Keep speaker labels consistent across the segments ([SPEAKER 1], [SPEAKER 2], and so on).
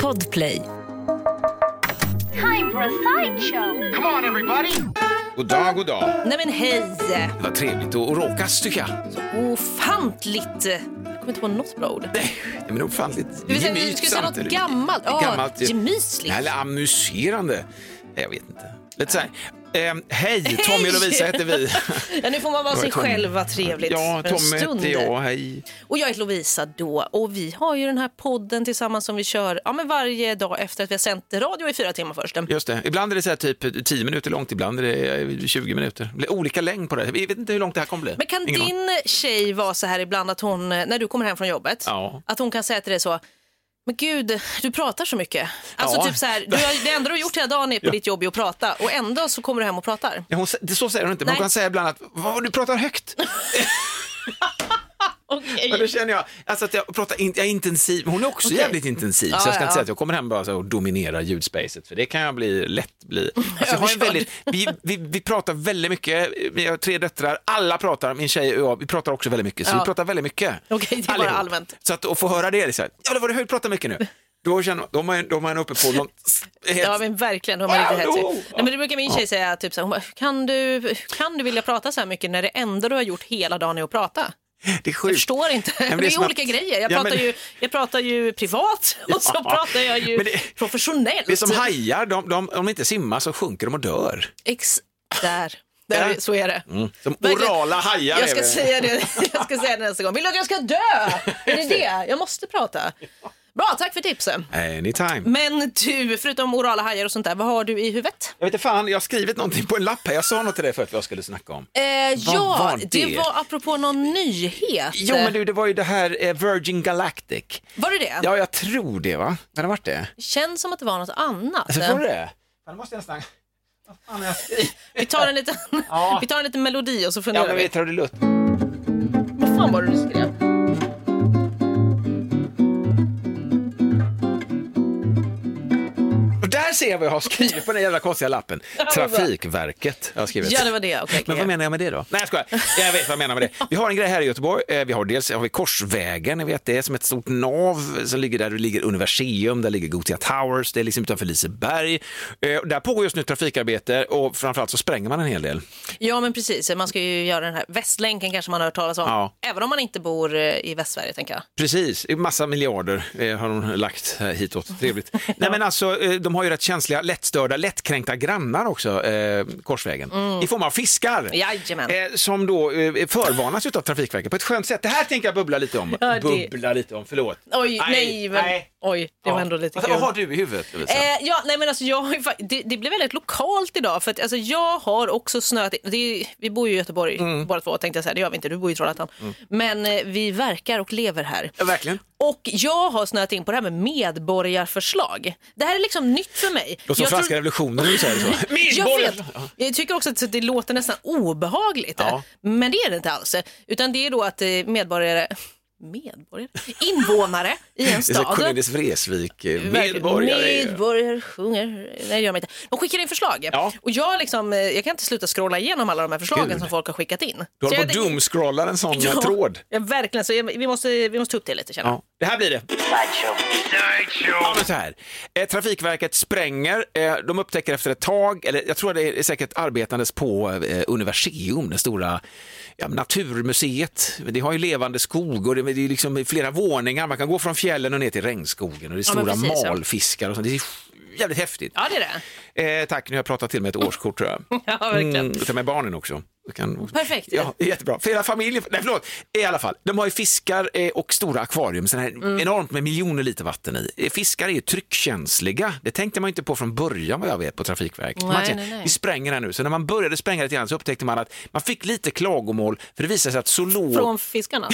[SPEAKER 1] Podplay.
[SPEAKER 2] Time for a sideshow.
[SPEAKER 3] Come on everybody! God dag, god dag.
[SPEAKER 1] Nej men hej!
[SPEAKER 3] Vad trevligt att att råkas tycker jag.
[SPEAKER 1] Ofantligt! Jag kommer inte på något bra ord.
[SPEAKER 3] Nej, men ofantligt
[SPEAKER 1] Vi ska- vi ska säga något
[SPEAKER 3] samtidigt.
[SPEAKER 1] gammalt. Ja,
[SPEAKER 3] ju.
[SPEAKER 1] gemysligt.
[SPEAKER 3] Nej, Eller amuserande. Nej, Jag vet inte. Lite så här. ehm, hej, Tommy och Lovisa heter vi.
[SPEAKER 1] Ja, nu får man vara
[SPEAKER 3] Jag är
[SPEAKER 1] sig
[SPEAKER 3] Tommy.
[SPEAKER 1] själv, vad trevligt.
[SPEAKER 3] Ja,
[SPEAKER 1] för en
[SPEAKER 3] Tommy
[SPEAKER 1] stund.
[SPEAKER 3] heter jag. Hej.
[SPEAKER 1] Och jag heter Lovisa då och vi har ju den här podden tillsammans som vi kör ja, men varje dag efter att vi har sänt radio i fyra timmar först.
[SPEAKER 3] Just det. Ibland är det så här typ 10 minuter långt, ibland är det eh, 20 minuter. Det är Olika längd på det. Vi vet inte hur långt det här kommer bli.
[SPEAKER 1] Men kan
[SPEAKER 3] Ingen aning.
[SPEAKER 1] din tjej vara så här ibland att hon, eh, när du kommer hem från jobbet,
[SPEAKER 3] Ja.
[SPEAKER 1] att hon kan säga till dig så men gud, du pratar så mycket. Alltså
[SPEAKER 3] Ja.
[SPEAKER 1] typ så här, du har, det enda du har gjort hela dagen är på ditt jobb är att prata och ändå så kommer du hem och pratar.
[SPEAKER 3] Ja, hon, sä- det- så säger hon inte, men
[SPEAKER 1] Nej.
[SPEAKER 3] hon kan säga ibland att "Vad, du pratar högt.
[SPEAKER 1] Okej.
[SPEAKER 3] Men då känner jag alltså att jag pratar in, jag är intensiv. Hon är också
[SPEAKER 1] Okej.
[SPEAKER 3] jävligt intensiv,
[SPEAKER 1] Ja,
[SPEAKER 3] så jag ska
[SPEAKER 1] ja.
[SPEAKER 3] inte säga att jag kommer hem bara så här och dominerar ljudspacet, för det kan jag bli, lätt bli. Alltså, jag har en
[SPEAKER 1] Överkörd.
[SPEAKER 3] väldigt, vi, vi, vi pratar väldigt mycket, vi har tre döttrar, alla pratar, min tjej och jag, vi pratar också väldigt mycket, så
[SPEAKER 1] Ja.
[SPEAKER 3] vi pratar väldigt mycket.
[SPEAKER 1] Okej, det är bara
[SPEAKER 3] Allihop.
[SPEAKER 1] allmänt.
[SPEAKER 3] Så att, att få höra det, det är så här, ja det var du hör, pratar mycket nu. Då känner man, de har en- de har en uppe på, de,
[SPEAKER 1] Ja men verkligen, då har man
[SPEAKER 3] Wow!
[SPEAKER 1] riktigt hetsig. Nej men det brukar min tjej säga, typ så här, hon bara, kan du, kan du vilja prata så här mycket när det enda du har gjort hela dagen är att prata?
[SPEAKER 3] det är
[SPEAKER 1] Jag
[SPEAKER 3] sjukt.
[SPEAKER 1] förstår inte.
[SPEAKER 3] men det
[SPEAKER 1] det
[SPEAKER 3] är
[SPEAKER 1] är,
[SPEAKER 3] som att-
[SPEAKER 1] olika grejer. Jag
[SPEAKER 3] Ja,
[SPEAKER 1] pratar,
[SPEAKER 3] men-
[SPEAKER 1] ju, jag pratar ju privat och så
[SPEAKER 3] Ja.
[SPEAKER 1] pratar jag ju
[SPEAKER 3] Men det-
[SPEAKER 1] professionellt.
[SPEAKER 3] Det är som hajar, de, de, om de inte simmar så sjunker de och dör.
[SPEAKER 1] Ex- där. där
[SPEAKER 3] Ja. Mm.
[SPEAKER 1] så är det.
[SPEAKER 3] Som
[SPEAKER 1] Mm. Verkligen.
[SPEAKER 3] orala hajar
[SPEAKER 1] Jag
[SPEAKER 3] är
[SPEAKER 1] ska,
[SPEAKER 3] vi.
[SPEAKER 1] säga det. jag ska säga det nästa gång. Vill du att jag ska dö? Är det det? Jag måste prata. Bra, tack för tipsen.
[SPEAKER 3] Anytime.
[SPEAKER 1] Men du, förutom orala hajar och sånt där, vad har du i huvudet?
[SPEAKER 3] Jag vet inte fan, jag har skrivit någonting på en lapp här. Jag sa något till dig förut vad jag skulle snacka om.
[SPEAKER 1] Eh, ja,
[SPEAKER 3] var
[SPEAKER 1] det?
[SPEAKER 3] det?
[SPEAKER 1] var apropå någon nyhet.
[SPEAKER 3] Jo men du, det var ju det här eh, Virgin Galactic.
[SPEAKER 1] Var det det?
[SPEAKER 3] Ja, jag tror det va? Har det varit det?
[SPEAKER 1] Känns som att det var något annat.
[SPEAKER 3] Alltså, var det? Fan, det måste jag nästan... Vad fan har jag skrivit?
[SPEAKER 1] Vi tar en liten,
[SPEAKER 3] Ja.
[SPEAKER 1] vi tar en liten melodi och så
[SPEAKER 3] Ja,
[SPEAKER 1] funderar
[SPEAKER 3] men vi
[SPEAKER 1] vi.
[SPEAKER 3] tar det lugnt.
[SPEAKER 1] Vad fan var det du skrev?
[SPEAKER 3] Och där ser jag vad jag har skrivit på den jävla konstiga lappen. Trafikverket har jag skrivit.
[SPEAKER 1] Ja, det var det. Okej, okej.
[SPEAKER 3] Men vad menar jag med det då? Nej, jag skojar. Jag vet vad jag menar med det. Vi har en grej här i Göteborg. Eh, Vi har dels har vi Korsvägen, ni vet det, är som ett stort nav som ligger där det ligger Universium, där ligger Gothia Towers, det är liksom utanför Liseberg. Eh, Där pågår just nu trafikarbete och framförallt så spränger man en hel del.
[SPEAKER 1] Ja, men precis. Man ska ju göra den här Västlänken kanske man har hört talas om.
[SPEAKER 3] Ja.
[SPEAKER 1] Även om man inte bor eh, i Västsverige, tänker jag.
[SPEAKER 3] Precis, en massa miljarder eh, har de lagt här hitåt. Trevligt. Nej men alltså, eh, de har ju rätt känsliga, lättstörda, lättkränkta grannar också, eh, Korsvägen. I form av fiskar.
[SPEAKER 1] Mm. Jajamän.
[SPEAKER 3] Eh, som då eh, förvarnas utav Trafikverket på ett skönt sätt. Det här tänker jag bubbla lite om.
[SPEAKER 1] Ja, det-
[SPEAKER 3] Bubbla lite om, förlåt.
[SPEAKER 1] Oj, nej, men, oj, det var
[SPEAKER 3] Ja.
[SPEAKER 1] ändå lite
[SPEAKER 3] Vad-
[SPEAKER 1] kul.
[SPEAKER 3] Vad har du i huvudet Lovisa?
[SPEAKER 1] Eh, ja, nej, men alltså jag har ju, fa- det, det blev väldigt lokalt idag för att alltså, jag har också snöat in. Det, vi bor ju i Göteborg
[SPEAKER 3] Mm.
[SPEAKER 1] båda två tänkte jag säga, det gör vi inte, du bor i Trollhättan. Men eh, vi verkar och lever här.
[SPEAKER 3] Ja, Verkligen.
[SPEAKER 1] Och jag har snöat in på det här med medborgarförslag. Det här är liksom nytt för mig.
[SPEAKER 3] Låter som
[SPEAKER 1] Jag tror-
[SPEAKER 3] franska revolutionen när du säger det så.
[SPEAKER 1] jag,
[SPEAKER 3] Medborgare-
[SPEAKER 1] vet, jag tycker också att det låter nästan obehagligt.
[SPEAKER 3] Ja.
[SPEAKER 1] Men det är det inte alls. Utan det är då att eh, medborgare, medborgare? invånare i en
[SPEAKER 3] Det är så här
[SPEAKER 1] stad
[SPEAKER 3] Cornelis Vreeswijk, eh,
[SPEAKER 1] Verkligen.
[SPEAKER 3] medborgare.
[SPEAKER 1] Medborgare sjunger. Nej, det gör man inte. De skickar in förslag.
[SPEAKER 3] Ja.
[SPEAKER 1] Och jag, liksom, eh, jag kan inte sluta scrolla igenom alla de här förslagen
[SPEAKER 3] Gud.
[SPEAKER 1] som folk har skickat in. Så
[SPEAKER 3] Du håller
[SPEAKER 1] jag
[SPEAKER 3] på att
[SPEAKER 1] tänker-
[SPEAKER 3] doomscrolla en sån eh,
[SPEAKER 1] Ja,
[SPEAKER 3] tråd.
[SPEAKER 1] Ja, verkligen. Så jag, vi, måste, vi måste ta upp det lite känner jag.
[SPEAKER 3] Ja. Det här blir det. Ja, men så här. Eh, Trafikverket spränger. Eh, de upptäcker efter ett tag, eller jag tror det är säkert arbetandes på eh, Universium, det stora ja, naturmuseet. Det har ju levande skog och det, det är liksom flera våningar. Man kan gå från fjällen och ner till regnskogen och det är
[SPEAKER 1] Ja, men
[SPEAKER 3] stora
[SPEAKER 1] precis, ja.
[SPEAKER 3] malfiskar och sånt. Det är jävligt häftigt.
[SPEAKER 1] Ja, det är det.
[SPEAKER 3] Eh, tack, nu har jag pratat till mig ett årskort tror jag.
[SPEAKER 1] Ja, verkligen.
[SPEAKER 3] Mm, ta med barnen också. Du Kan...
[SPEAKER 1] Perfekt.
[SPEAKER 3] Ja, jättebra. För hela familjen, nej förlåt, i alla fall. De har ju fiskar eh, och stora akvarium, sådana här
[SPEAKER 1] Mm.
[SPEAKER 3] enormt med miljoner liter vatten i. Eh, Fiskar är ju tryckkänsliga, det tänkte man ju inte på från början vad jag vet på Trafikverket.
[SPEAKER 1] Nej,
[SPEAKER 3] man säger,
[SPEAKER 1] nej, nej.
[SPEAKER 3] Vi spränger här nu, så när man började spränga lite grann så upptäckte man att man fick lite klagomål för det visade sig att zoolog...
[SPEAKER 1] Från fiskarna.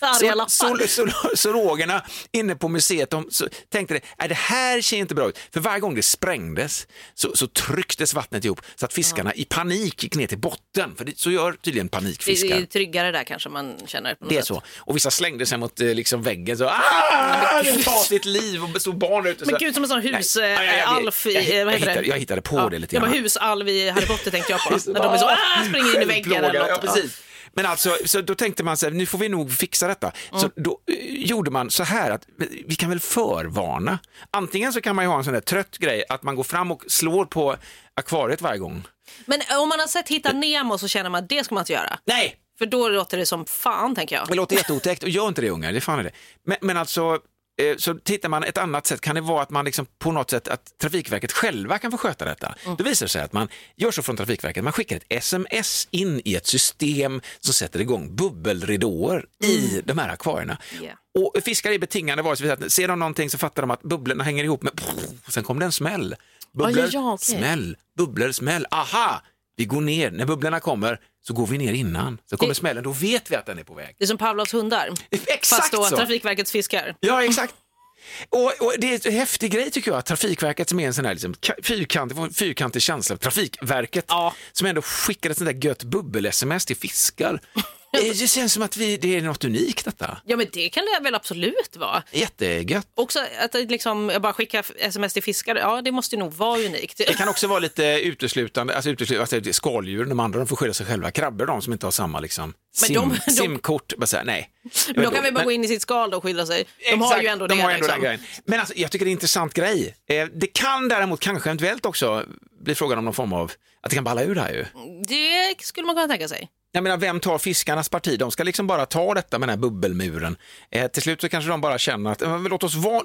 [SPEAKER 1] Arga lappar.
[SPEAKER 3] Zool- zool- Zoologerna inne på museet de så, tänkte det, "Nej, det här ser inte bra ut. För varje gång det sprängdes så, så trycktes vattnet ihop så att fiskarna i panik gick ner till botten. För det, så gör tydligen
[SPEAKER 1] det är ju
[SPEAKER 3] panikfiskar.
[SPEAKER 1] tryggare där kanske man känner. På något
[SPEAKER 3] Det är
[SPEAKER 1] sätt.
[SPEAKER 3] så. Och vissa slängde sig mot eh, liksom, väggen så ah, det tar sitt liv och stod barn där ute.
[SPEAKER 1] Men
[SPEAKER 3] så-
[SPEAKER 1] gud som en sån
[SPEAKER 3] Nej, ja, jag vet.
[SPEAKER 1] husalf
[SPEAKER 3] Jag
[SPEAKER 1] i,
[SPEAKER 3] hitt-
[SPEAKER 1] eh, vad heter
[SPEAKER 3] jag hittade-
[SPEAKER 1] det?
[SPEAKER 3] jag hittade på det lite
[SPEAKER 1] Jag bara
[SPEAKER 3] grann.
[SPEAKER 1] husalv i Harry Potter tänkte jag på. När de är så, ah, springer in i väggen eller
[SPEAKER 3] Självplågade.
[SPEAKER 1] något.
[SPEAKER 3] Ja, precis. Men alltså, så då tänkte man så här, nu får vi nog fixa detta. Så
[SPEAKER 1] Mm.
[SPEAKER 3] då eh, gjorde man så här att vi kan väl förvarna. Antingen så kan man ju ha en sån där trött grej att man går fram och slår på akvariet varje gång.
[SPEAKER 1] Men om man har sett Hitta Nemo så känner man att det ska man inte göra.
[SPEAKER 3] Nej,
[SPEAKER 1] För då låter det som fan, tänker jag.
[SPEAKER 3] Det låter jätteotäckt och gör inte det ungar, det fan är det. Men, men alltså, eh, så tittar man ett annat sätt, kan det vara att man liksom på något sätt, att Trafikverket själva kan få sköta detta?
[SPEAKER 1] Mm.
[SPEAKER 3] Då visar det sig att man gör så från Trafikverket, man skickar ett sms in i ett system som sätter igång bubbelridåer i de här akvarierna.
[SPEAKER 1] Mm. Yeah.
[SPEAKER 3] Och fiskar är betingande varelser, så att ser de någonting så fattar de att bubblorna hänger ihop med, sen kom det en smäll. Bubblor,
[SPEAKER 1] ja, ja, okej.
[SPEAKER 3] smäll, bubblor, smäll, aha! Vi går ner, när bubblorna kommer så går vi ner innan. Så kommer
[SPEAKER 1] Det-
[SPEAKER 3] smällen, då vet vi att den är på väg.
[SPEAKER 1] Det är som Pavlovs hundar.
[SPEAKER 3] Exakt
[SPEAKER 1] Fast då
[SPEAKER 3] så.
[SPEAKER 1] Trafikverkets fiskar.
[SPEAKER 3] Ja, exakt. Och, och det är en häftig grej tycker jag, att Trafikverket som är en sån här liksom, ka- fyrkantig, får en fyrkantig känsla, Trafikverket
[SPEAKER 1] Ja.
[SPEAKER 3] som ändå skickar ett sånt där gött bubbel-sms till fiskar. Eh, Det känns som att vi, det är något unikt detta.
[SPEAKER 1] Ja, men det kan det väl absolut vara.
[SPEAKER 3] Jättegött.
[SPEAKER 1] Också att det liksom, jag bara skicka sms till fiskare, ja det måste ju nog vara unikt.
[SPEAKER 3] Det kan också vara lite uteslutande, alltså uteslutande, alltså det är skaldjur, de andra de får skylla sig själva, krabbor de som inte har samma liksom,
[SPEAKER 1] Men
[SPEAKER 3] sim,
[SPEAKER 1] de- de-
[SPEAKER 3] simkort, bara säga nej.
[SPEAKER 1] Men då kan vi
[SPEAKER 3] Men-
[SPEAKER 1] bara gå in i sitt skal då och skilja sig. De har
[SPEAKER 3] Exakt,
[SPEAKER 1] ju ändå
[SPEAKER 3] de
[SPEAKER 1] det.
[SPEAKER 3] har ändå
[SPEAKER 1] liksom.
[SPEAKER 3] den grejen. Men alltså, jag tycker det är en intressant grej. Eh, det kan däremot kanske eventuellt också bli frågan om någon form av, att det kan balla ur det här ju.
[SPEAKER 1] Det skulle man kunna tänka sig.
[SPEAKER 3] Jag menar, vem tar fiskarnas parti? De ska liksom bara ta detta med den här bubbelmuren. Eh, till slut så kanske de bara känner att, eh, men låt oss vara...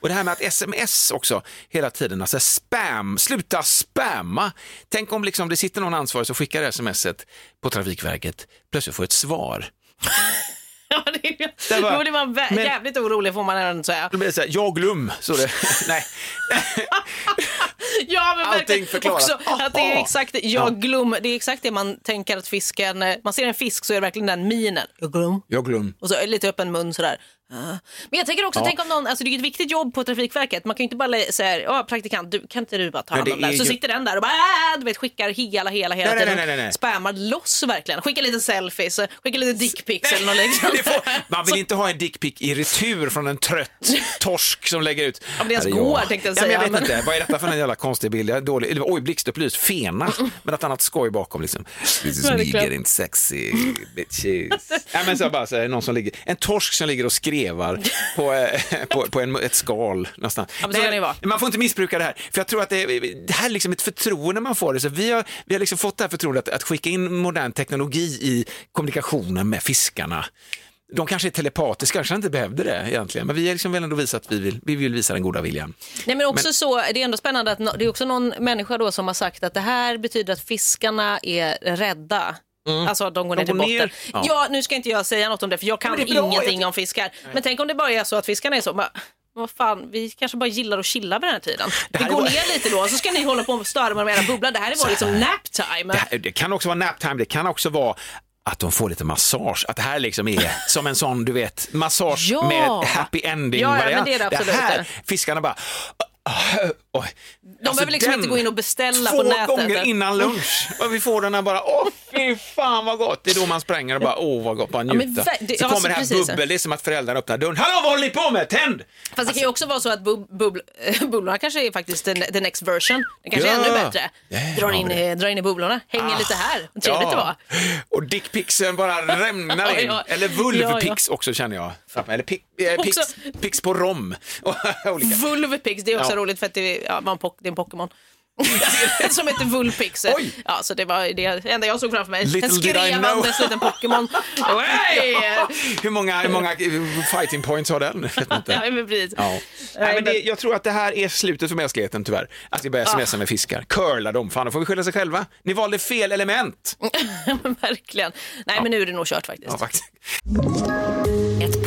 [SPEAKER 3] Och det här med att sms också hela tiden, alltså spam, sluta spamma. Tänk om liksom det sitter någon ansvarig som skickar smset på Trafikverket, plötsligt får ett svar.
[SPEAKER 1] Ja, det,
[SPEAKER 3] Det var-
[SPEAKER 1] då blir man vä-
[SPEAKER 3] men-
[SPEAKER 1] jävligt orolig får man ändå säga.
[SPEAKER 3] Då blir det så här, jag glöm, så det, nej.
[SPEAKER 1] Ja, men
[SPEAKER 3] Allting
[SPEAKER 1] verkligen.
[SPEAKER 3] förklarat.
[SPEAKER 1] Också att det är
[SPEAKER 3] Aha.
[SPEAKER 1] exakt, jag glöm, det är exakt det man tänker att fisken, man ser en fisk så är det verkligen den minen. Jag glöm.
[SPEAKER 3] Jag glöm.
[SPEAKER 1] Och så lite öppen mun sådär. Ah. Men jag tänker också,
[SPEAKER 3] Ja.
[SPEAKER 1] tänk om någon, alltså det är ju ett viktigt jobb på Trafikverket. Man kan ju inte bara lä- säga, ja praktikant, du, kan inte du bara ta
[SPEAKER 3] Nej,
[SPEAKER 1] hand om
[SPEAKER 3] det
[SPEAKER 1] det här?
[SPEAKER 3] är
[SPEAKER 1] Så
[SPEAKER 3] ju-
[SPEAKER 1] sitter den där och bara, äh, du vet skickar hela, hela, hela
[SPEAKER 3] Nej, nej,
[SPEAKER 1] tiden.
[SPEAKER 3] nej, nej, nej.
[SPEAKER 1] Spammar loss verkligen. Skickar lite selfies, skickar lite dickpics eller något liknande.
[SPEAKER 3] Det får, man vill inte ha en dickpic i retur från en trött torsk som lägger ut.
[SPEAKER 1] Om det ens
[SPEAKER 3] Här är jag.
[SPEAKER 1] går, tänkte jag
[SPEAKER 3] ja, men
[SPEAKER 1] säga,
[SPEAKER 3] Jag vet
[SPEAKER 1] men-
[SPEAKER 3] inte, vad är detta för en jävla konstig bild? Jag är dålig. eller, Oj, blixtupplyst, fena, men ett annat skoj bakom liksom. This is me
[SPEAKER 1] Mm. Verkligen.
[SPEAKER 3] getting sexy, bitches. ja, men så bara, så här, någon som ligger, en torsk som ligger och skrevar på, eh, på, på en, ett skal nästan.
[SPEAKER 1] Ja, men så kan det ju vara.
[SPEAKER 3] Man får inte missbruka det här, för jag tror att det, är- det här är liksom ett förtroende man får. Så vi, har, vi har liksom fått det här förtroendet att, att skicka in modern teknologi i kommunikationen med fiskarna. De kanske är telepatiska, kanske inte behövde det egentligen, men vi har liksom väl ändå visat att vi vill, vi vill visa den goda viljan.
[SPEAKER 1] Nej, men också så, det är ändå spännande att nå- det är också någon människa då som har sagt att det här betyder att fiskarna är rädda. Alltså att de går ner till
[SPEAKER 3] Mm. går
[SPEAKER 1] botten.
[SPEAKER 3] ner.
[SPEAKER 1] Ja.
[SPEAKER 3] Ja.
[SPEAKER 1] nu ska inte jag säga något om det för jag kan
[SPEAKER 3] det är bra,
[SPEAKER 1] ingenting om fiskar. Men tänk om det bara är så att fiskarna är så, bara, vad fan, vi kanske bara gillar att chilla vid den här tiden.
[SPEAKER 3] här
[SPEAKER 1] vi
[SPEAKER 3] är
[SPEAKER 1] går
[SPEAKER 3] vår-
[SPEAKER 1] ner lite då så ska ni hålla på och störa med era bubblor. Det här är vår liksom naptime.
[SPEAKER 3] Det, här, det kan också vara naptime, det kan också vara att de får lite massage, att det här liksom är som en sån, du vet, massage
[SPEAKER 1] Ja.
[SPEAKER 3] med happy ending.
[SPEAKER 1] Ja, ja, men
[SPEAKER 3] variant.
[SPEAKER 1] det är det absolut.
[SPEAKER 3] här, fiskarna bara... Oj.
[SPEAKER 1] De
[SPEAKER 3] Alltså,
[SPEAKER 1] behöver liksom inte gå in och beställa
[SPEAKER 3] två
[SPEAKER 1] på nätet.
[SPEAKER 3] gånger innan lunch. Och vi får den här bara, åh fy fan vad gott. Det är då man spränger och bara, åh vad gott, bara
[SPEAKER 1] men
[SPEAKER 3] njuta.
[SPEAKER 1] ver- det-
[SPEAKER 3] så
[SPEAKER 1] ja,
[SPEAKER 3] kommer
[SPEAKER 1] så
[SPEAKER 3] det här
[SPEAKER 1] precis.
[SPEAKER 3] bubbel, det är som att föräldrarna öppnar dörren. Hallå vad håller ni på med? Tänd!
[SPEAKER 1] Fast det kan ju också vara så att bub- bubbl- bubblorna kanske är faktiskt the, the next version. Den kanske är
[SPEAKER 3] Ja.
[SPEAKER 1] ännu bättre.
[SPEAKER 3] Ja,
[SPEAKER 1] Drar in,
[SPEAKER 3] det.
[SPEAKER 1] i- drar in i bubblorna,
[SPEAKER 3] Ah.
[SPEAKER 1] hänger lite här. Trevligt det var.
[SPEAKER 3] Och dickpixen bara
[SPEAKER 1] Ja,
[SPEAKER 3] rämnar in.
[SPEAKER 1] ja.
[SPEAKER 3] Eller vulvpix också känner jag. Eller pix, eh, pix,
[SPEAKER 1] Också.
[SPEAKER 3] pix på rom. Och olika.
[SPEAKER 1] Vulvpix, det är också
[SPEAKER 3] Ja.
[SPEAKER 1] roligt för att det, ja, var en pok- det är en Pokémon. som heter Vulpix.
[SPEAKER 3] Oj.
[SPEAKER 1] Ja, så det var det enda jag såg framför mig.
[SPEAKER 3] Little
[SPEAKER 1] en
[SPEAKER 3] did I
[SPEAKER 1] skrevandes
[SPEAKER 3] know.
[SPEAKER 1] liten Pokémon. Oj!
[SPEAKER 3] Hur många, hur många eh, fighting points har den? Jag vet inte.
[SPEAKER 1] Ja, men precis.
[SPEAKER 3] Ja. Nej, men det, jag tror att det här är slutet för mänskligheten tyvärr. Att vi börjar
[SPEAKER 1] Ah.
[SPEAKER 3] smsa med fiskar. Curla dem, fan då får vi skylla sig själva. Ni valde fel element.
[SPEAKER 1] Verkligen. Nej, men nu är det nog kört faktiskt.
[SPEAKER 3] Ja, faktiskt.
[SPEAKER 2] Ett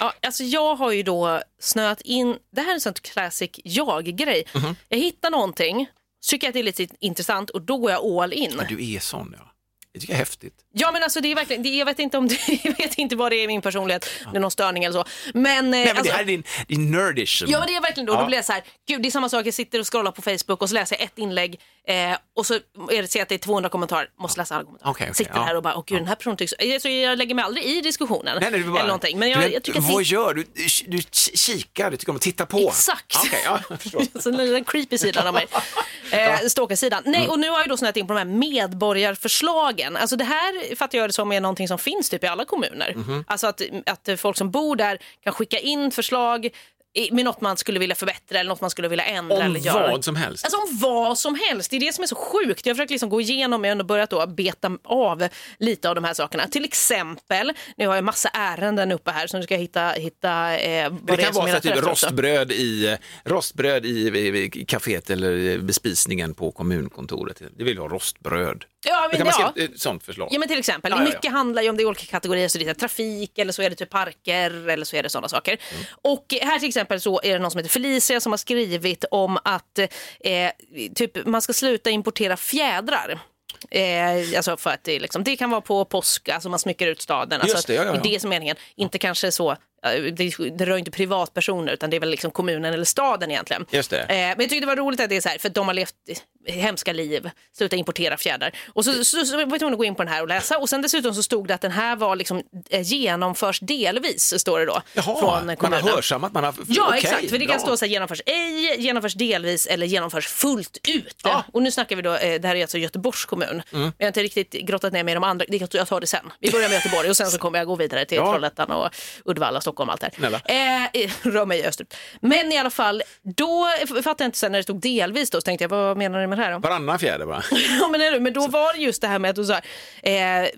[SPEAKER 1] Ja, alltså jag har ju då snöat in, det här är en sån classic jag-grej.
[SPEAKER 3] Mhm.
[SPEAKER 1] Jag hittar någonting, så tycker jag att det är lite intressant och då går jag all in.
[SPEAKER 3] Du är sån ja. Det tycker jag är häftigt.
[SPEAKER 1] Ja men alltså det är verkligen, det, jag vet inte om det, jag vet inte vad det är i min personlighet, om det är någon störning eller så. Men,
[SPEAKER 3] Nej, men
[SPEAKER 1] alltså,
[SPEAKER 3] det här är din, din nerdism.
[SPEAKER 1] Ja men det är verkligen då,
[SPEAKER 3] Ja.
[SPEAKER 1] då blir jag så här, gud det är samma sak, jag sitter och scrollar på Facebook och så läser jag ett inlägg eh, och så är det, ser jag att det är 200 kommentarer, måste läsa alla kommentarer.
[SPEAKER 3] Okej, okej,
[SPEAKER 1] sitter
[SPEAKER 3] ja.
[SPEAKER 1] här och bara, åh gud den här personen tycks, Eh, så jag lägger mig aldrig i diskussionen.
[SPEAKER 3] Nej, nej, du bara,
[SPEAKER 1] eller någonting. Men jag, jag tycker att det
[SPEAKER 3] vad
[SPEAKER 1] är
[SPEAKER 3] gör du? Du k- kikar, du tycker om att titta på.
[SPEAKER 1] Exakt!
[SPEAKER 3] Okej, ja, jag förstår.
[SPEAKER 1] så den lilla creepy sidan av mig. Eh, Stalkersidan.
[SPEAKER 3] Mm.
[SPEAKER 1] Nej, och nu har jag då snöat in på de här medborgarförslagen. Alltså det här fattar jag det som är någonting som finns typ i alla kommuner.
[SPEAKER 3] Mhm.
[SPEAKER 1] Alltså att, att folk som bor där kan skicka in förslag i- med något man skulle vilja förbättra eller något man skulle vilja ändra.
[SPEAKER 3] Om
[SPEAKER 1] eller göra.
[SPEAKER 3] vad som helst.
[SPEAKER 1] Alltså om vad som helst. Det är det som är så sjukt. Jag har försökt liksom gå igenom och jag har ändå börjat då beta av lite av de här sakerna. Till exempel, nu har jag massa ärenden uppe här som du ska hitta, hitta eh, vad
[SPEAKER 3] Det
[SPEAKER 1] är som
[SPEAKER 3] kan vara
[SPEAKER 1] är
[SPEAKER 3] så
[SPEAKER 1] rätt
[SPEAKER 3] att typ
[SPEAKER 1] rätt också.
[SPEAKER 3] rostbröd i, rostbröd i, i, i kaféet eller i bespisningen på kommunkontoret. Det vill ha rostbröd.
[SPEAKER 1] Ja, men
[SPEAKER 3] Då kan man
[SPEAKER 1] ja.
[SPEAKER 3] se ett, ett sånt förslag.
[SPEAKER 1] Ja men till exempel,
[SPEAKER 3] Ja, ja, ja.
[SPEAKER 1] mycket handlar ju om det i olika kategorier, så det är trafik eller så är det typ parker eller så är det sådana saker.
[SPEAKER 3] Mm.
[SPEAKER 1] Och här till exempel så är det någon som heter Felicia som har skrivit om att eh, typ man ska sluta importera fjädrar. Eh, alltså för att det, är liksom, det kan vara på påsk, alltså man smycker ut staden. Alltså
[SPEAKER 3] Just det, ja, ja,
[SPEAKER 1] att-
[SPEAKER 3] ja.
[SPEAKER 1] det är som är meningen. Inte kanske så, eh, det, det rör inte privatpersoner utan det är väl liksom kommunen eller staden egentligen.
[SPEAKER 3] Just det.
[SPEAKER 1] Eh, Eh, Men jag tyckte det var roligt att det är så här, för de har levt eh, hemska liv, sluta importera fjädrar. Och så, så, så var jag tvungen att gå in på den här och läsa. Och sen dessutom så stod det att den här var liksom, eh, genomförs delvis, står det då.
[SPEAKER 3] Jaha,
[SPEAKER 1] från
[SPEAKER 3] man har
[SPEAKER 1] kommunen.
[SPEAKER 3] hörsammat, man har...
[SPEAKER 1] Ja,
[SPEAKER 3] okej,
[SPEAKER 1] exakt. För det kan
[SPEAKER 3] bra.
[SPEAKER 1] stå så här, genomförs ej, genomförs delvis eller genomförs fullt ut.
[SPEAKER 3] Ja. Mm.
[SPEAKER 1] Och nu snackar vi då, eh, det här är alltså Göteborgs kommun. Men jag har inte riktigt grottat ner mig i de andra, det kan- jag tar det sen. Vi börjar med Göteborg och sen så kommer jag gå vidare till
[SPEAKER 3] Ja.
[SPEAKER 1] Trollhättan och Uddevalla, Stockholm allt det
[SPEAKER 3] Snälla.
[SPEAKER 1] här. Eh, eh, rör mig österut. Men i alla fall, då f- fattade jag inte sen när det stod delvis då, så tänkte jag, vad menar ni med det här då?
[SPEAKER 3] Varannan fjäder bara.
[SPEAKER 1] Ja, men, är du? men då var det just det här med att du sa, eh,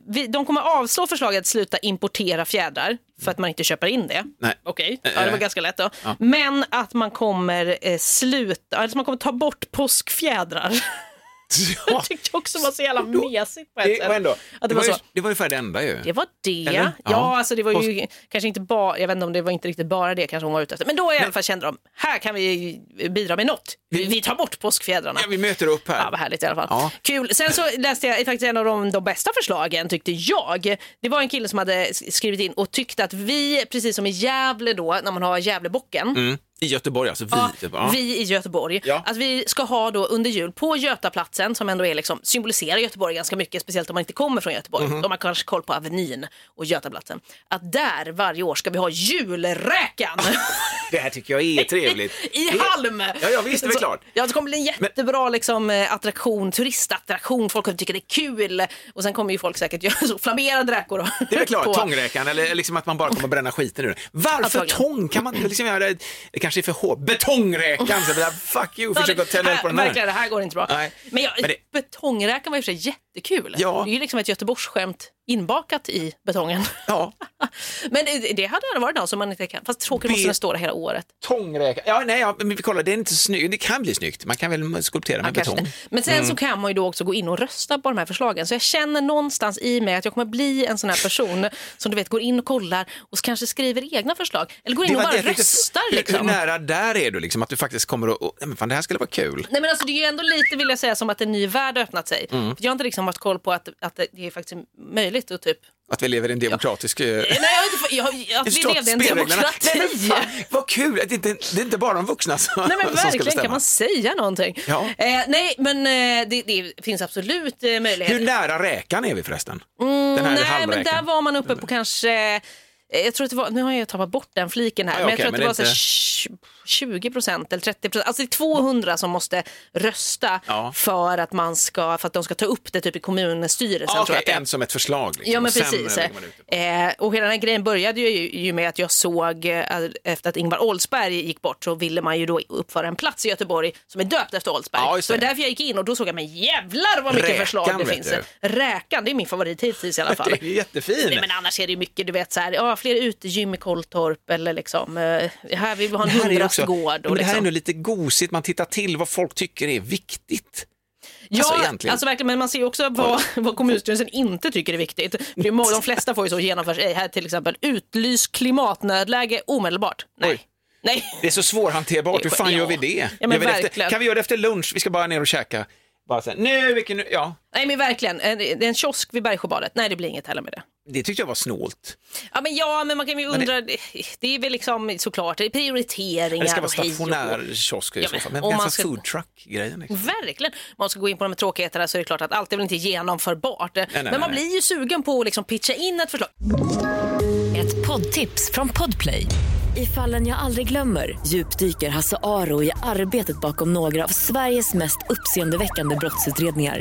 [SPEAKER 1] vi, de kommer avslå förslaget att sluta importera fjädrar för att man inte köper in det.
[SPEAKER 3] Nej.
[SPEAKER 1] Okej, ja, det var
[SPEAKER 3] Eh,
[SPEAKER 1] ganska lätt då. Men att man kommer eh, sluta, alltså man kommer ta bort påskfjädrar.
[SPEAKER 3] Ja,
[SPEAKER 1] Det tyckte jag också var så jävla mesigt på ett
[SPEAKER 3] det,
[SPEAKER 1] sätt.
[SPEAKER 3] Eh, och ändå,
[SPEAKER 1] Att
[SPEAKER 3] det,
[SPEAKER 1] det
[SPEAKER 3] var
[SPEAKER 1] var
[SPEAKER 3] ju,
[SPEAKER 1] så.
[SPEAKER 3] det var ungefär det enda ju.
[SPEAKER 1] Det var det.
[SPEAKER 3] Eller?
[SPEAKER 1] Ja,
[SPEAKER 3] Ja.
[SPEAKER 1] alltså det var ju kanske inte bara, jag vet inte om det var inte riktigt bara det kanske hon var ute efter. Men då i alla fall kände de, här kan vi bidra med något. Vi, vi tar bort påskfjädrarna.
[SPEAKER 3] Ja, vi möter upp här.
[SPEAKER 1] Ja, vad härligt i alla fall.
[SPEAKER 3] Ja.
[SPEAKER 1] Kul. Sen så läste jag faktiskt en av de, de bästa förslagen tyckte jag. Det var en kille som hade skrivit in och tyckte att vi, precis som i Gävle då, när man har Gävlebocken,
[SPEAKER 3] Mm. I Göteborg alltså, vi.
[SPEAKER 1] Ja,
[SPEAKER 3] typ, ja.
[SPEAKER 1] vi i Göteborg.
[SPEAKER 3] Ja.
[SPEAKER 1] Att vi ska ha då under jul på Götaplatsen som ändå är liksom, symboliserar Göteborg ganska mycket, speciellt om man inte kommer från Göteborg.
[SPEAKER 3] Mm-hmm.
[SPEAKER 1] Om man kanske har koll på Avenyn och Götaplatsen. Att där varje år ska vi ha julräkan
[SPEAKER 3] Det här tycker jag är trevligt.
[SPEAKER 1] i
[SPEAKER 3] Det-
[SPEAKER 1] Halm.
[SPEAKER 3] Ja, ja, visst, det är
[SPEAKER 1] Så-
[SPEAKER 3] klart.
[SPEAKER 1] Ja, det kommer bli en jättebra liksom, eh, attraktion, turistattraktion. Folk kommer tycka det är kul och sen kommer ju folk säkert göra så flamberade räkor. och-
[SPEAKER 3] Det är väl klart,
[SPEAKER 1] på-
[SPEAKER 3] tångräkan eller liksom att man bara kommer bränna skiten ur den. Varför
[SPEAKER 1] Antagligen.
[SPEAKER 3] tång? Kan man inte liksom göra det? Det kanske är för hårt. Betongräkan! Så där, fuck you, försök att tända eld på den
[SPEAKER 1] Verkligen,
[SPEAKER 3] här.
[SPEAKER 1] det här går inte bra.
[SPEAKER 3] Nej.
[SPEAKER 1] Men, jag,
[SPEAKER 3] Men det-
[SPEAKER 1] betongräkan var i och för sig jättekul.
[SPEAKER 3] Ja.
[SPEAKER 1] Det är ju liksom ett Göteborgsskämt inbakat i betongen.
[SPEAKER 3] Ja,
[SPEAKER 1] Men det- det hade gärna varit något som man inte kan. Fast tråkigt måste
[SPEAKER 3] Be-
[SPEAKER 1] den stå där hela året.
[SPEAKER 3] tångräkan. Ja, nej, ja, men vi kollar, det är inte så snyggt. Det kan bli snyggt. Man kan väl skulptera med Mm.
[SPEAKER 1] Ja, kanske
[SPEAKER 3] betong.
[SPEAKER 1] inte. Men sen så kan man ju då också gå in och rösta på de här förslagen. Så jag känner någonstans i mig att jag kommer bli en sån här person som du vet går in och kollar och kanske skriver egna förslag. Eller går in och
[SPEAKER 3] var
[SPEAKER 1] bara
[SPEAKER 3] jag tänkte-
[SPEAKER 1] röstar
[SPEAKER 3] hur,
[SPEAKER 1] liksom.
[SPEAKER 3] hur nära där är du liksom? Att du faktiskt kommer att, och, nej men fan det här skulle vara kul.
[SPEAKER 1] Nej, men alltså, det är ju ändå lite vill jag säga som att en ny värld har öppnat sig.
[SPEAKER 3] Mm.
[SPEAKER 1] För jag har inte liksom haft koll på att, att det är faktiskt möjligt att typ
[SPEAKER 3] Att vi lever i en demokratisk... eh,
[SPEAKER 1] Nej, jag har inte fått- jag, har- att vi
[SPEAKER 3] förstått
[SPEAKER 1] levde i en
[SPEAKER 3] spelreglerna.
[SPEAKER 1] demokrati.
[SPEAKER 3] Nej, men fan, vad kul! Att det, inte, det är inte bara de vuxna som,
[SPEAKER 1] Nej men
[SPEAKER 3] som ska
[SPEAKER 1] verkligen,
[SPEAKER 3] bestämma.
[SPEAKER 1] kan man säga någonting?
[SPEAKER 3] Ja.
[SPEAKER 1] Eh, nej men eh, det, det finns absolut eh,
[SPEAKER 3] Hur
[SPEAKER 1] möjligheter.
[SPEAKER 3] nära räkan är vi förresten? den här
[SPEAKER 1] Mm, nej men
[SPEAKER 3] halmräkan.
[SPEAKER 1] där var man uppe på kanske, eh, jag tror att det var, nu har jag tappat bort den fliken här,
[SPEAKER 3] Ja,
[SPEAKER 1] men jag
[SPEAKER 3] okej,
[SPEAKER 1] tror att
[SPEAKER 3] men
[SPEAKER 1] det,
[SPEAKER 3] det är
[SPEAKER 1] var så här
[SPEAKER 3] inte-
[SPEAKER 1] 20 procent eller 30 procent, alltså det är 200 som måste rösta
[SPEAKER 3] Ja.
[SPEAKER 1] för, att man ska, för att de ska ta upp det typ i kommunstyrelsen.
[SPEAKER 3] Ah,
[SPEAKER 1] tror
[SPEAKER 3] okej,
[SPEAKER 1] jag att det är.
[SPEAKER 3] en som ett förslag. Liksom.
[SPEAKER 1] Ja men
[SPEAKER 3] Och sen
[SPEAKER 1] precis.
[SPEAKER 3] lägger man ut det.
[SPEAKER 1] Eh, och hela den här grejen började ju, ju med att jag såg eh, efter att Ingvar Oldsberg gick bort så ville man ju då uppföra en plats i Göteborg som är döpt efter Oldsberg.
[SPEAKER 3] Ja, just
[SPEAKER 1] så det
[SPEAKER 3] det.
[SPEAKER 1] var därför jag gick in och då såg jag men jävlar vad mycket
[SPEAKER 3] Räkan,
[SPEAKER 1] förslag det
[SPEAKER 3] vet
[SPEAKER 1] finns. Räkan, det är min favorit hittills i alla fall.
[SPEAKER 3] Det är ju jättefin.
[SPEAKER 1] Nej, men annars är det ju mycket du vet så här, ja, fler utegym i Kolltorp eller liksom eh, här vill vi ha en
[SPEAKER 3] Det här är
[SPEAKER 1] hundrastgård.
[SPEAKER 3] också- Ja,
[SPEAKER 1] och
[SPEAKER 3] men det här är
[SPEAKER 1] liksom.
[SPEAKER 3] ändå lite gosigt, man tittar till vad folk tycker är viktigt.
[SPEAKER 1] Ja,
[SPEAKER 3] Alltså,
[SPEAKER 1] alltså,
[SPEAKER 3] egentligen.
[SPEAKER 1] verkligen, men man ser ju också vad, vad kommunstyrelsen inte tycker är viktigt. För det är må- De flesta får ju så genomförs ej. Här till exempel, utlys klimatnödläge omedelbart. Nej.
[SPEAKER 3] Oj.
[SPEAKER 1] Nej.
[SPEAKER 3] Det är så svårhanterbart,
[SPEAKER 1] Det
[SPEAKER 3] hur
[SPEAKER 1] är-
[SPEAKER 3] fan
[SPEAKER 1] ja.
[SPEAKER 3] gör vi det?
[SPEAKER 1] Ja, men
[SPEAKER 3] gör vi det efter,
[SPEAKER 1] verkligen.
[SPEAKER 3] kan vi göra det efter lunch? Vi ska bara ner och käka. Bara så här, nu, vilken, nu, ja.
[SPEAKER 1] Nej men verkligen, en, det är en kiosk vid Bergsjöbadet. Nej det blir inget heller med det.
[SPEAKER 3] Det tyckte jag var snålt.
[SPEAKER 1] Ja men, ja, men man kan ju
[SPEAKER 3] Men det-
[SPEAKER 1] undra, det, det är väl liksom såklart det är prioriteringar
[SPEAKER 3] Men det ska vara
[SPEAKER 1] och hej och hå.
[SPEAKER 3] stationär kiosk i
[SPEAKER 1] Ja,
[SPEAKER 3] så
[SPEAKER 1] men
[SPEAKER 3] fall. Men
[SPEAKER 1] om
[SPEAKER 3] alltså
[SPEAKER 1] man ska-
[SPEAKER 3] food truck-grejen. liksom.
[SPEAKER 1] Verkligen. Om man ska gå in på de här tråkigheterna så är det klart att allt är väl inte genomförbart.
[SPEAKER 3] nej,
[SPEAKER 1] men man
[SPEAKER 3] nej.
[SPEAKER 1] blir ju sugen på att liksom pitcha in ett förslag.
[SPEAKER 2] Ett poddtips från Podplay. I fallen jag aldrig glömmer djupdyker Hasse Aro i arbetet bakom några av Sveriges mest uppseendeväckande brottsutredningar.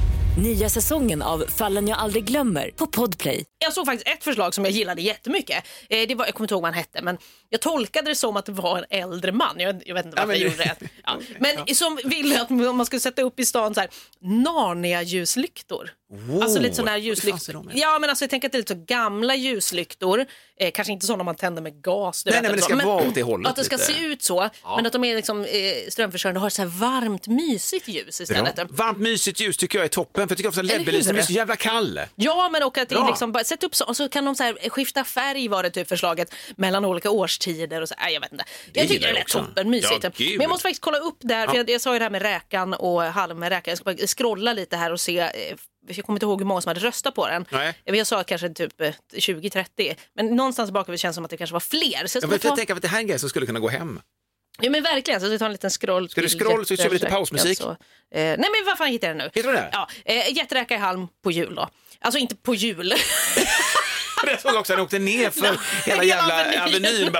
[SPEAKER 2] Nya säsongen av Fallen jag aldrig glömmer på Podplay.
[SPEAKER 1] Jag såg faktiskt ett förslag som jag gillade jättemycket. Eh, det var, jag kommer inte ihåg vad han hette, men jag tolkade det som att det var en äldre man. Jag, jag vet inte
[SPEAKER 3] Ja,
[SPEAKER 1] varför
[SPEAKER 3] men-
[SPEAKER 1] jag gjorde det. Ja. Men som ville att man skulle sätta upp i stan så här, Narnia-ljuslyktor. Alltså lite sådana här
[SPEAKER 3] Wow, vad fan
[SPEAKER 1] ljuslyktor.
[SPEAKER 3] ser de ut?
[SPEAKER 1] Ja, men alltså jag tänker att det är lite så gamla ljuslyktor. Eh, kanske inte sådana man tänder med gas. du vet,
[SPEAKER 3] Nej, nej, men
[SPEAKER 1] eller
[SPEAKER 3] det
[SPEAKER 1] så.
[SPEAKER 3] ska vara åt det hållet
[SPEAKER 1] Att det ska
[SPEAKER 3] lite.
[SPEAKER 1] se ut så, men att de är liksom, eh, strömförsörjande och har så här varmt, mysigt ljus istället.
[SPEAKER 3] Varmt mysigt ljus tycker jag är toppen, för jag tycker ofta
[SPEAKER 1] Eller
[SPEAKER 3] LED-belysning
[SPEAKER 1] hur?
[SPEAKER 3] blir så jävla kall.
[SPEAKER 1] Ja, men och att det är
[SPEAKER 3] Bra.
[SPEAKER 1] liksom, bara sätt upp så, och så kan de så här, skifta färg var det typ förslaget mellan olika årstider och så. Nej, jag vet inte. jag tycker
[SPEAKER 3] gillar
[SPEAKER 1] det
[SPEAKER 3] jag
[SPEAKER 1] lät
[SPEAKER 3] också.
[SPEAKER 1] toppenmysigt.
[SPEAKER 3] Ja, gud.
[SPEAKER 1] men jag måste faktiskt kolla upp där, för jag, jag sa ju det här med räkan och halmräkan. Jag ska bara scrolla lite här och se. eh, Jag kommer inte ihåg hur många som hade röstat på den.
[SPEAKER 3] Nej.
[SPEAKER 1] Jag vet, Jag sa kanske typ eh, 20-30, men någonstans bakom känns det som att det kanske var fler. Så jag
[SPEAKER 3] Ja,
[SPEAKER 1] ska
[SPEAKER 3] men
[SPEAKER 1] ta...
[SPEAKER 3] jag tänker att det här är en grej som skulle kunna gå hem.
[SPEAKER 1] ja, men verkligen, så jag ska ta en liten scroll.
[SPEAKER 3] Ska du
[SPEAKER 1] till
[SPEAKER 3] scroll så kör vi lite
[SPEAKER 1] jätteräkan
[SPEAKER 3] pausmusik?
[SPEAKER 1] så. Eh, nej, men vad fan hittar jag den nu?
[SPEAKER 3] Hittar du den?
[SPEAKER 1] Ja, eh, jätteräka i halm på jul då. Alltså inte på jul.
[SPEAKER 3] Jag såg också att den åkte ner för hela
[SPEAKER 1] hela
[SPEAKER 3] jävla
[SPEAKER 1] avenyn.
[SPEAKER 3] avenyn.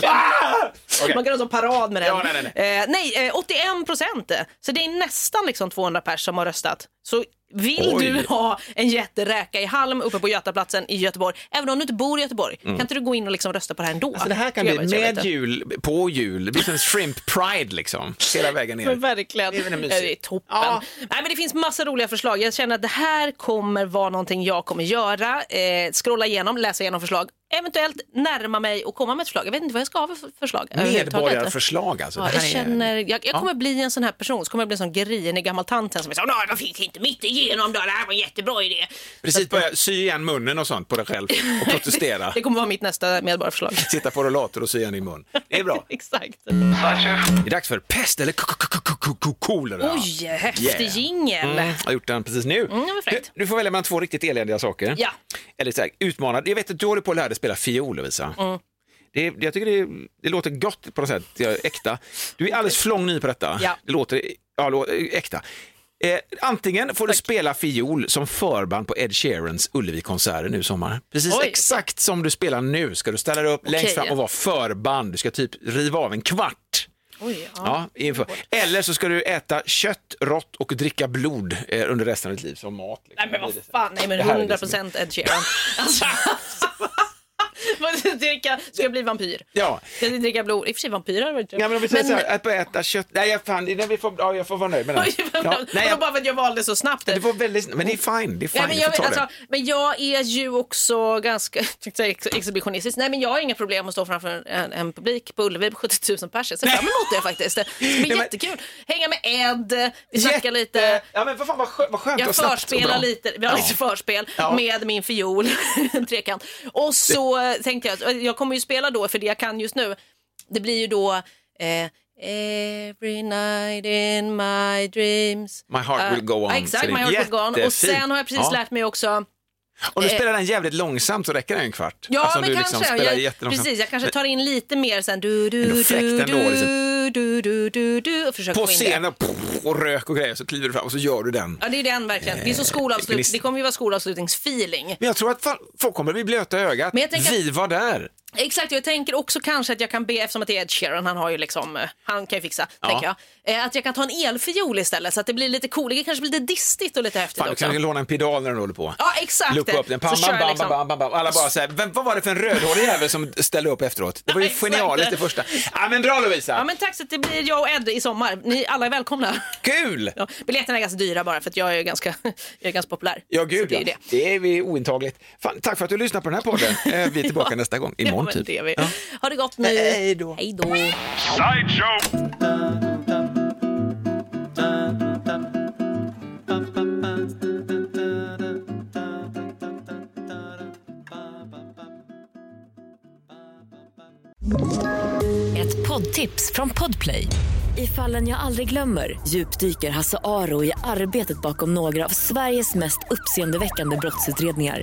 [SPEAKER 3] Bara...
[SPEAKER 1] Man kan alltså ha sån parad med den.
[SPEAKER 3] Ja, nej, nej,
[SPEAKER 1] Eh, nej, eh, 81 procent. Så det är nästan liksom 200 pers som har röstat. Så vill
[SPEAKER 3] Oj.
[SPEAKER 1] du ha en jätteräka i Halm uppe på Götaplatsen i Göteborg, även om du inte bor i Göteborg, kan inte du gå in och liksom rösta på det här ändå?
[SPEAKER 3] Mm. Alltså det här kan
[SPEAKER 1] Tycker
[SPEAKER 3] bli
[SPEAKER 1] jag var trevligt.
[SPEAKER 3] med jul, på jul, det blir som en shrimp pride liksom. Hela vägen
[SPEAKER 1] Men
[SPEAKER 3] ner.
[SPEAKER 1] verkligen.
[SPEAKER 3] Det är väl en
[SPEAKER 1] Det
[SPEAKER 3] mysig-
[SPEAKER 1] är, toppen.
[SPEAKER 3] Ja.
[SPEAKER 1] Nej, men det finns massa roliga förslag. Jag känner att det här kommer vara någonting jag kommer göra. Eh, scrolla igenom, läsa igenom förslag. Eventuellt närma mig och komma med ett förslag. Jag vet inte vad jag ska ha för förslag. överhuvudtaget.
[SPEAKER 3] Medborgarförslag alltså.
[SPEAKER 1] Ja,
[SPEAKER 3] Det
[SPEAKER 1] jag,
[SPEAKER 3] här är-
[SPEAKER 1] känner, jag, jag kommer bli en sån här person, så kommer jag bli en sån grinig gammal tant sen som är så här, "Nå, vad fick inte mitt igenom då? Det här var en jättebra idé.
[SPEAKER 3] Precis, börja sy igen munnen och sånt på dig själv och protestera.
[SPEAKER 1] Det kommer vara mitt nästa medborgarförslag.
[SPEAKER 3] Sitta på rollator och sy igen i mun. Det är bra.
[SPEAKER 1] Exakt.
[SPEAKER 3] Det är dags för pest eller k- k- k- k- k- kolera.
[SPEAKER 1] Oj, häftig
[SPEAKER 3] Yeah.
[SPEAKER 1] jingel.
[SPEAKER 3] Mm, jag har gjort den precis nu.
[SPEAKER 1] det var
[SPEAKER 3] du,
[SPEAKER 1] fräckt.
[SPEAKER 3] du får välja mellan två riktigt eländiga saker.
[SPEAKER 1] Ja.
[SPEAKER 3] Eller så här, utmanad. Jag vet att du håller på att lära dig spela fiol, Lovisa.
[SPEAKER 1] Mm.
[SPEAKER 3] Det, det- jag tycker det, det låter gott på något sätt, det är äkta. Du är alldeles för lång ny på detta.
[SPEAKER 1] Ja.
[SPEAKER 3] Det låter ja, lå, äkta. Eh, antingen får du spela fiol som förband på Ed Sheerans Ullevi-konserter nu i sommar. Precis
[SPEAKER 1] Oj.
[SPEAKER 3] exakt som du spelar nu ska du ställa dig upp längst fram
[SPEAKER 1] ja.
[SPEAKER 3] och vara förband. Du ska typ riva av en kvart.
[SPEAKER 1] Oj, ja.
[SPEAKER 3] Ja, inför. Eller så ska du äta kött, rått och dricka blod eh, under resten av ditt liv som mat. liksom.
[SPEAKER 1] Nej men vad fan, nej men
[SPEAKER 3] Det här är
[SPEAKER 1] 100
[SPEAKER 3] det som är-
[SPEAKER 1] procent Ed Sheeran. Alltså, vad dricka, ska jag bli vampyr?
[SPEAKER 3] Ja.
[SPEAKER 1] Ska jag dricka blod? I och för sig vampyrer var det typ.
[SPEAKER 3] Ja, men om vi säger så här, att börja äta kött. Nej, jag, fan, nej, vi får, ja, jag får vara nöjd med den. Ja, nej,
[SPEAKER 1] jag...
[SPEAKER 3] jag,
[SPEAKER 1] Bara för att jag valde så snabbt.
[SPEAKER 3] det var väldigt, men det är fine, det är fine,
[SPEAKER 1] Nej, men,
[SPEAKER 3] jag,
[SPEAKER 1] jag,
[SPEAKER 3] får ta
[SPEAKER 1] alltså,
[SPEAKER 3] det.
[SPEAKER 1] men jag är ju också ganska jag tänkte säga ex- exhibitionistisk. Nej, men jag har inga problem att stå framför en, en publik på Ullevi på 70 000 pers. Jag ser fram emot det faktiskt. Det ska bli
[SPEAKER 3] men-
[SPEAKER 1] jättekul. Hänga med Ed, vi snackar lite.
[SPEAKER 3] Ja, men vad fan vad skönt, vad skönt
[SPEAKER 1] Jag
[SPEAKER 3] och snabbt och
[SPEAKER 1] förspelar
[SPEAKER 3] bra.
[SPEAKER 1] lite, vi har
[SPEAKER 3] Ja.
[SPEAKER 1] lite förspel
[SPEAKER 3] Ja.
[SPEAKER 1] med min fiol, en trekant. Och så eh, tänkte jag, att jag kommer ju spela då för det jag kan just nu, det blir ju då eh, Every night in my dreams
[SPEAKER 3] My heart will go on.
[SPEAKER 1] Ja,
[SPEAKER 3] Så
[SPEAKER 1] Exakt,
[SPEAKER 3] det
[SPEAKER 1] my
[SPEAKER 3] är
[SPEAKER 1] heart will go on. Och
[SPEAKER 3] jättefint.
[SPEAKER 1] sen har jag precis
[SPEAKER 3] Ja.
[SPEAKER 1] lärt mig också
[SPEAKER 3] Om du spelar den jävligt långsamt så räcker den en kvart.
[SPEAKER 1] eh, Ja,
[SPEAKER 3] Alltså, om
[SPEAKER 1] men
[SPEAKER 3] du
[SPEAKER 1] kanske.
[SPEAKER 3] Liksom spelar
[SPEAKER 1] jag,
[SPEAKER 3] jättelångsamt.
[SPEAKER 1] precis, jag kanske tar in lite mer sen. Du, du,
[SPEAKER 3] En
[SPEAKER 1] du,
[SPEAKER 3] effekt
[SPEAKER 1] du,
[SPEAKER 3] ändå, liksom?
[SPEAKER 1] du, du, du, du, du, och försöker
[SPEAKER 3] På
[SPEAKER 1] få in det.
[SPEAKER 3] scenen och, och rök och grejer så kliver du fram och så gör du den.
[SPEAKER 1] Ja, det är den verkligen. Det, är så skolavslut,
[SPEAKER 3] Eh, gnist-
[SPEAKER 1] det kommer ju vara skolavslutningsfeeling.
[SPEAKER 3] Men jag tror att fan, folk kommer bli blöta i ögat.
[SPEAKER 1] Men jag tänker att-
[SPEAKER 3] Vi var där.
[SPEAKER 1] Exakt, jag tänker också kanske att jag kan be, eftersom att det är Ed Sheeran, han har ju liksom, eh, han kan ju fixa,
[SPEAKER 3] Ja.
[SPEAKER 1] tänker jag. Eh, Att jag kan ta en elfiol istället så att det blir lite coolare, kanske blir lite distigt och lite häftigt
[SPEAKER 3] Fan, du
[SPEAKER 1] också.
[SPEAKER 3] kan ju låna en pedal när den håller på.
[SPEAKER 1] Ja, exakt.
[SPEAKER 3] Lucka upp den.
[SPEAKER 1] Så
[SPEAKER 3] Pam,
[SPEAKER 1] kör
[SPEAKER 3] bam,
[SPEAKER 1] jag
[SPEAKER 3] bam,
[SPEAKER 1] liksom-
[SPEAKER 3] bam, bam, bam. Alla bara så här, vem, vad var det för en rödhårig jävel som ställde upp efteråt? Det var ju
[SPEAKER 1] Ja, exakt.
[SPEAKER 3] genialiskt det första. Ja, men bra Lovisa.
[SPEAKER 1] Ja, men tack så att det blir jag och Ed i sommar. Ni alla är välkomna.
[SPEAKER 3] Kul!
[SPEAKER 1] Ja, biljetterna är ganska dyra bara för att jag är ju ganska, jag är ganska populär.
[SPEAKER 3] Ja,
[SPEAKER 1] Så
[SPEAKER 3] gud
[SPEAKER 1] det är
[SPEAKER 3] ja.
[SPEAKER 1] ju det.
[SPEAKER 3] Det är vi ointagligt. Fan, tack för att du lyssnade på den här podden. Eh, Vi är tillbaka nästa gång, imorgon
[SPEAKER 1] ja, men
[SPEAKER 3] typ.
[SPEAKER 1] det är vi. Ha det gott nu.
[SPEAKER 3] Hej då.
[SPEAKER 1] Hej då.
[SPEAKER 4] Sideshow!
[SPEAKER 2] poddtips från Podplay. I fallen jag aldrig glömmer djupdyker Hasse Aro i arbetet bakom några av Sveriges mest uppseendeväckande brottsutredningar.